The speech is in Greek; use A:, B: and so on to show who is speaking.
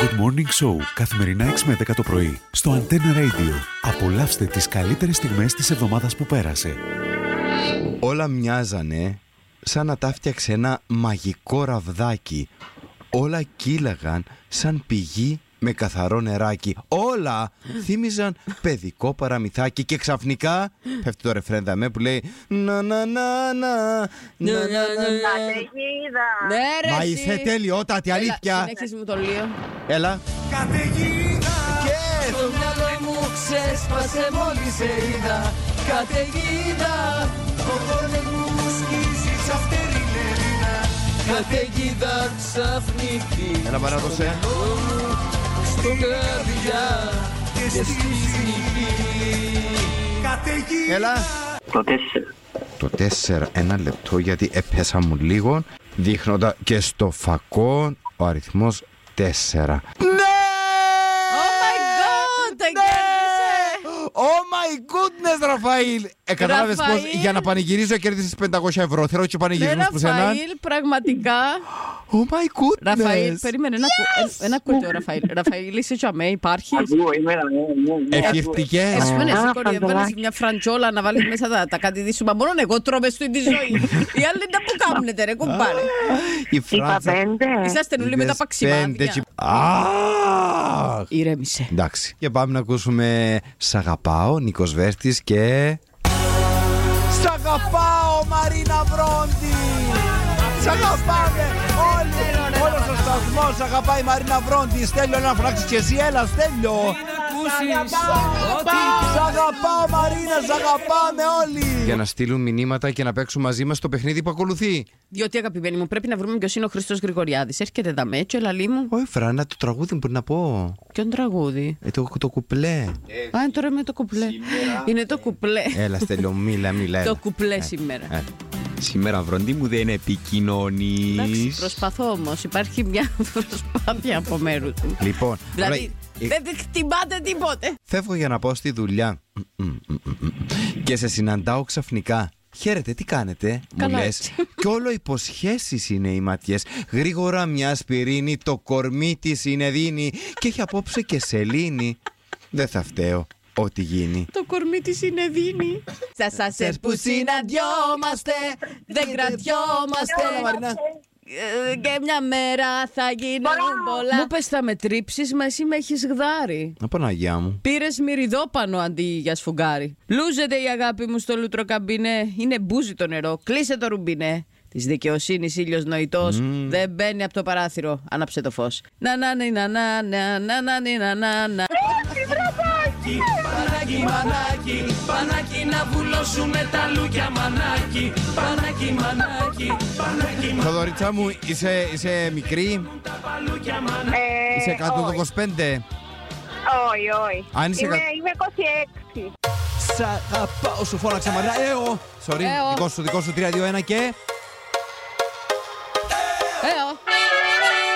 A: Good Morning Show καθημερινά 6 με 10 το πρωί στο Antenna Radio. Απολαύστε τις καλύτερες στιγμές της εβδομάδας που πέρασε.
B: Όλα μοιάζανε σαν να τα φτιάξε ένα μαγικό ραβδάκι. Όλα κύλαγαν σαν πηγή με καθαρό νεράκι. Όλα θύμιζαν παιδικό παραμυθάκι και ξαφνικά πέφτει το ρεφρέντα με που λέει να να να να
C: Ναι,
B: να να να
D: Καταιγίδα.
E: Ναι, ρε.
B: Μα
E: εσύ.
B: είσαι τελειότατη
E: Έλα,
B: αλήθεια
E: Συνέχισε μου το λίγο.
B: Έλα
C: Καταιγίδα
B: Και
C: Το Ε, μυαλό μου ξέσπασε μόλις σε είδα Καταιγίδα Ο πόνος μου μου σκίζει σαν φτερή λεβίνα Καταιγίδα ξαφνική
B: Έλα παράδοσε
C: Στο καρδιά και στη ψυχή Καταιγίδα
B: Έλα
F: Το 4.
B: Το 4, ένα λεπτό γιατί έπεσα μου λίγο. Δείχνοντα και στο φακό ο αριθμός 4. Ναι! Ναι!
E: Oh my god, τα κέρδισε.
B: Oh my goodness, Ραφαήλ! Ε, κατάλαβες πως
E: Ραφαήλ.
B: για να πανηγυρίζω κέρδισες 500 ευρώ. Θέλω και
E: Ναι,
B: πανηγυρισμούς που σένα.
E: Ραφαήλ, πραγματικά.
B: Oh my goodness!
E: Ραφαήλ, περίμενε να ακού- ε, ένα ακούτε ο Ραφαήλ. Ραφαήλ, είσαι τσαμέ, υπάρχει.
B: Ε,
F: Ακούω, είμαι ναι, ναι, ναι, ακούω.
B: Ευχηθήκες.
E: Εσύ πάνε εσύ
F: Α,
B: ε,
E: κόρη, έβαλες
F: φανταλάκι.
E: μια φραντζόλα να βάλεις μέσα τα, τα κάτι δίσου. Μα μόνο εγώ τρώω μες στην τη ζωή. Οι άλλοι τα που κάνετε ρε κουμπάρε.
B: Η
F: Είπα
B: Φράνσα.
F: πέντε.
E: Είσαστε όλοι με τα
B: Είδες πέντε
E: παξιμάδια.
B: Ε, και- Αχ!
E: Ηρέμησε.
B: Εντάξει. Και πάμε να ακούσουμε Σ' αγαπάω, Νίκος Βέρτης και... Σ' αγαπάω, Μαρίνα Βρόντι! Σ' αγαπάμε όλοι! Όλος ο σταθμός σ' αγαπάει Μαρίνα Βρόντι. Στέλιο, να φωνάξεις και εσύ, έλα, Στέλιο! Σ' αγαπάω, Μαρίνα, σ' αγαπάμε όλοι! Για να στείλουν μηνύματα και να παίξουν μαζί μας το παιχνίδι που ακολουθεί.
E: Διότι αγαπημένοι μου, πρέπει να βρούμε ποιος είναι ο Χρήστος Γρηγοριάδης. Έρχεται δαμέ, και λαλή μου,
B: Όχι, Φράνα, το τραγούδι μπορεί να πω.
E: ποιον τραγούδι.
B: Ε, το, το κουπλέ.
E: Α, είναι τώρα με το κουπλέ. Είναι το κουπλέ.
B: Έλα, Στέλιο, μίλα, μίλα.
E: Το
B: έλα.
E: κουπλέ
B: Ε,
E: σήμερα.
B: ε.
G: Σήμερα βροντί μου δεν επικοινωνείς.
E: Εντάξει, προσπαθώ όμως. Υπάρχει μια προσπάθεια από μέρους του.
B: Λοιπόν,
E: Δηλαδή,
B: ε,
E: δεν τη χτυπάτε τίποτε.
B: φεύγω για να πάω στη δουλειά. Μμμ, μμμ, μμμ, μμμ. Και σε συναντάω ξαφνικά. Χαίρετε, τι κάνετε, μου
E: Καλά
B: λες.
E: έτσι.
B: Κι όλο υποσχέσεις είναι οι ματιές. Γρήγορα μια σπιρίνη, το κορμί της είναι δίνη. Και έχει απόψε και σελήνη. Δεν θα φταίω, ό,τι γίνει.
E: Το κορμί της είναι δίνη. Σα σα που συναντιόμαστε, δεν κρατιόμαστε. Ε, Και μια μέρα θα γίνουν πολλά. Μου πες θα με τρίψεις, μα εσύ με έχεις γδάρει.
B: Να Παναγιά μου.
E: Πήρες μυριδόπανο αντί για σφουγγάρι. Λούζεται η αγάπη μου στο λουτροκαμπινέ. Είναι μπούζι το νερό. Κλείσε το ρουμπινέ. Της δικαιοσύνης ήλιος νοητός. Δεν μπαίνει από το παράθυρο. Άναψε το φως. Να να ναι, να να να να να ναι, να να να.
C: Πανάκι, μανάκι, πανάκι να βουλώσουμε τα λούκια μανάκι Πανάκι, μανάκι, πανάκι, μα-
B: Θοδωρίτσα μου, είσαι, είσαι μικρή,
D: Ε,
B: είσαι κάτω
D: όχι.
B: το 25.
D: Όχι, όχι.
B: Αν είσαι
D: Είμαι,
B: κα-
D: είμαι 26.
B: Σ' αγαπάω, σου φώναξα μανά. Έω! Sorry,
E: Έω.
B: δικό σου, δικό σου, 3-2-1 και.
E: Έω.